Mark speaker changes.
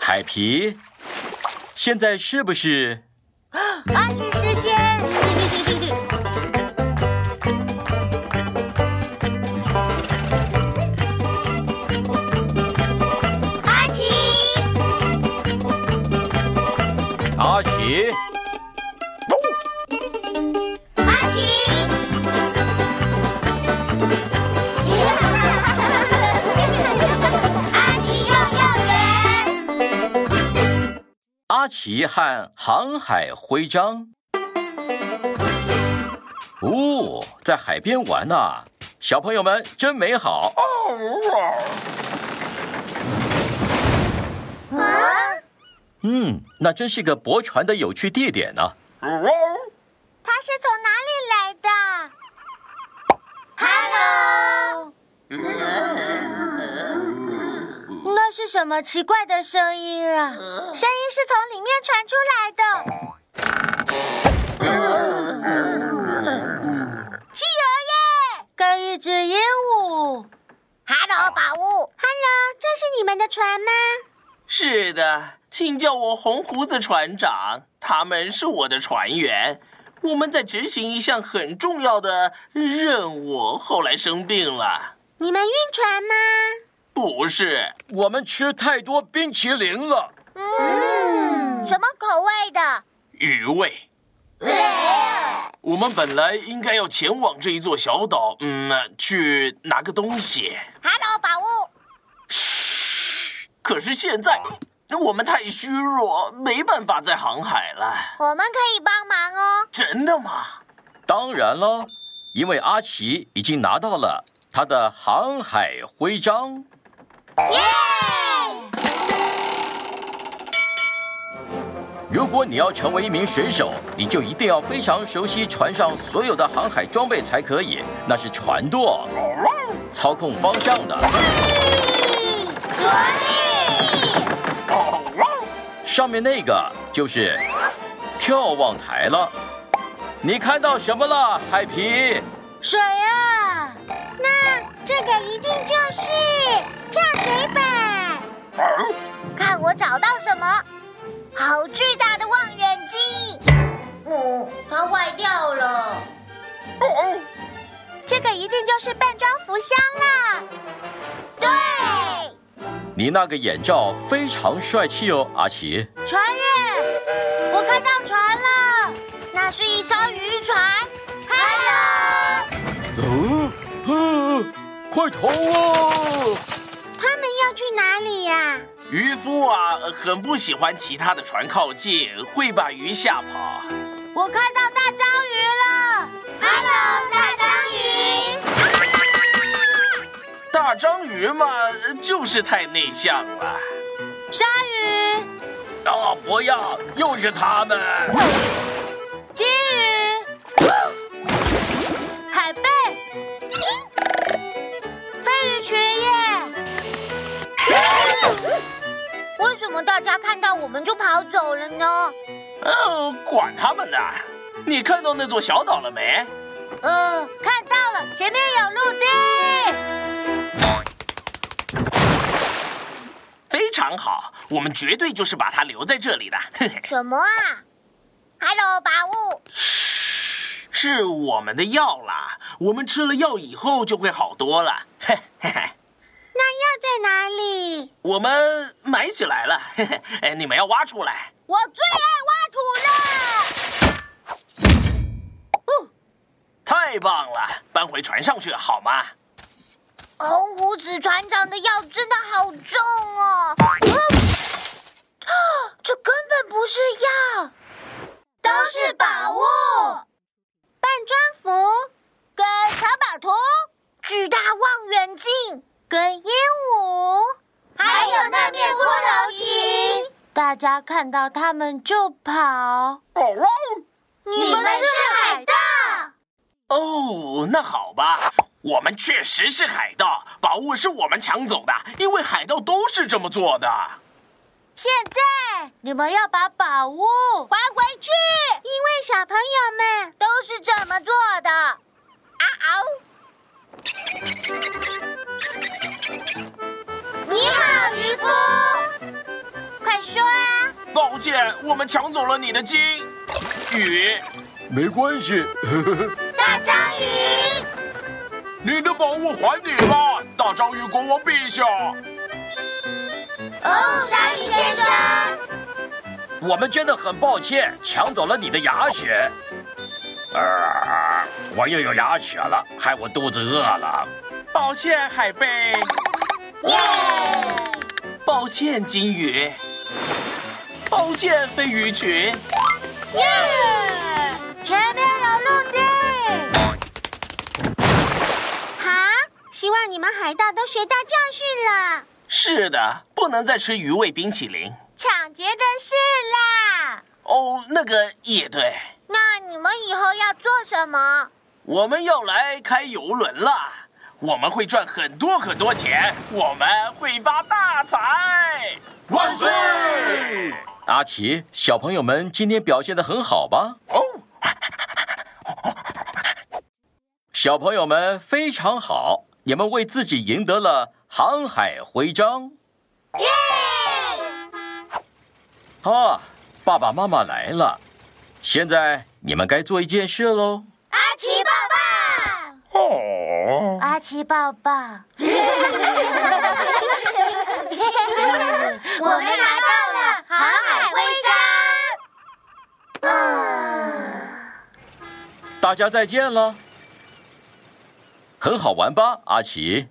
Speaker 1: 海皮，现在是不是
Speaker 2: 阿许时间，阿奇，
Speaker 1: 阿奇？哦
Speaker 2: 阿奇，阿奇幼幼园，
Speaker 1: 阿奇和航海徽章。哦，在海边玩呐、小朋友们真美好。
Speaker 2: 啊，
Speaker 1: 嗯，那真是个驳船的有趣地点啊呢、
Speaker 2: 它是从哪里来的？Hello，那是什么奇怪的声音啊？声音是从里面传出来的。 企鹅耶，跟一只鹦鹉。Hello，宝物。Hello，这是你们的船吗？
Speaker 3: 是的，请叫我红胡子船长。他们是我的船员，我们在执行一项很重要的任务。后来生病了，
Speaker 2: 你们晕船吗？
Speaker 3: 不是
Speaker 1: 我们吃太多冰淇淋了。
Speaker 2: 嗯，什么口味的？
Speaker 3: 余味。我们本来应该要前往这一座小岛，嗯，去拿个东西。
Speaker 2: Hello，宝物。
Speaker 3: 可是现在我们太虚弱，没办法再航海了。
Speaker 2: 我们可以帮忙哦。
Speaker 3: 真的吗？
Speaker 1: 当然了，因为阿奇已经拿到了他的航海徽章。
Speaker 2: 耶！
Speaker 1: 如果你要成为一名水手，你就一定要非常熟悉船上所有的航海装备才可以。那是船舵，操控方向的，
Speaker 2: 着力！
Speaker 3: 哦
Speaker 1: 上面那个就是眺望台了。你看到什么了，海皮？
Speaker 2: 水啊！那这个一定就是跳水板。
Speaker 3: 哦
Speaker 2: 看我找到什么！好巨大的望远镜！哦，它坏掉了。嗯这个一定就是扮装浮箱啦。对。
Speaker 1: 你那个眼罩非常帅气哦，阿奇。
Speaker 2: 船耶！我看到船了，那是一艘渔船。Hello，
Speaker 1: 哦，哦快逃啊！
Speaker 2: 他们要去哪里呀、
Speaker 3: 渔夫啊，很不喜欢其他的船靠近，会把鱼吓跑。
Speaker 2: 我看到大章鱼了。Hello，大章鱼。
Speaker 3: 大章鱼嘛，就是太内向了。
Speaker 2: 鲨鱼、
Speaker 1: 啊，不要，又是他们！
Speaker 2: 金鱼、海贝、飞鱼群耶！ 为什么大家看到我们就跑走了呢？
Speaker 3: 嗯，管他们呢。你看到那座小岛了没？
Speaker 2: 呃，看到了，前面有陆地。
Speaker 3: 非常好，我们绝对就是把它留在这里的。 嘿嘿，
Speaker 2: 什么啊？Hello，宝物。
Speaker 3: 是我们的药啦，我们吃了药以后就会好多了。 嘿嘿嘿，
Speaker 2: 那药在哪里？
Speaker 3: 我们埋起来了。 嘿嘿，哎，你们要挖出来。
Speaker 2: 我最爱挖土了。
Speaker 3: 太棒了，搬回船上去好吗？
Speaker 2: 哦，红胡子船长的药真的好重哦。啊，这根本不是药，都是宝物。扮装服跟藏宝图、巨大望远镜跟鹦鹉，还有那面骷髅旗。大家看到他们就跑。哦你们是海盗。
Speaker 3: 哦，那好吧，我们确实是海盗，宝物是我们抢走的，因为海盗都是这么做的。
Speaker 2: 现在你们要把宝物还回去，因为小朋友们都是这么做的。啊哦！你好，渔夫，快说
Speaker 3: 抱歉，我们抢走了你的金鱼，
Speaker 1: 没关系，
Speaker 2: 大章鱼，
Speaker 3: 你的宝物还你吧，大章鱼国王陛下。
Speaker 2: 哦，章鱼先生，
Speaker 1: 我们真的很抱歉，抢走了你的牙齿。啊，我又有牙齿了，害我肚子饿了。
Speaker 3: 抱歉，海贝。
Speaker 2: 耶！
Speaker 3: 抱歉，金鱼。抱歉，飞鱼群。
Speaker 2: 耶！前面有陆地。哈，希望你们海盗都学到教训了。
Speaker 3: 是的，不能再吃鱼味冰淇淋。
Speaker 2: 抢劫的事啦！
Speaker 3: 哦，那个也对，
Speaker 2: 那你们以后要做什么？
Speaker 3: 我们要来开游轮啦，我们会赚很多很多钱，我们会发大财！
Speaker 1: 万岁！阿奇，小朋友们今天表现的很好吧？
Speaker 3: 哦，
Speaker 1: 小朋友们非常好，你们为自己赢得了航海徽章。
Speaker 2: 耶！
Speaker 1: 啊，爸爸妈妈来了，现在你们该做一件事喽。
Speaker 2: 阿奇抱抱。阿奇抱抱。我们拿到了航海徽章。
Speaker 1: 大家再见了，很好玩吧，阿奇？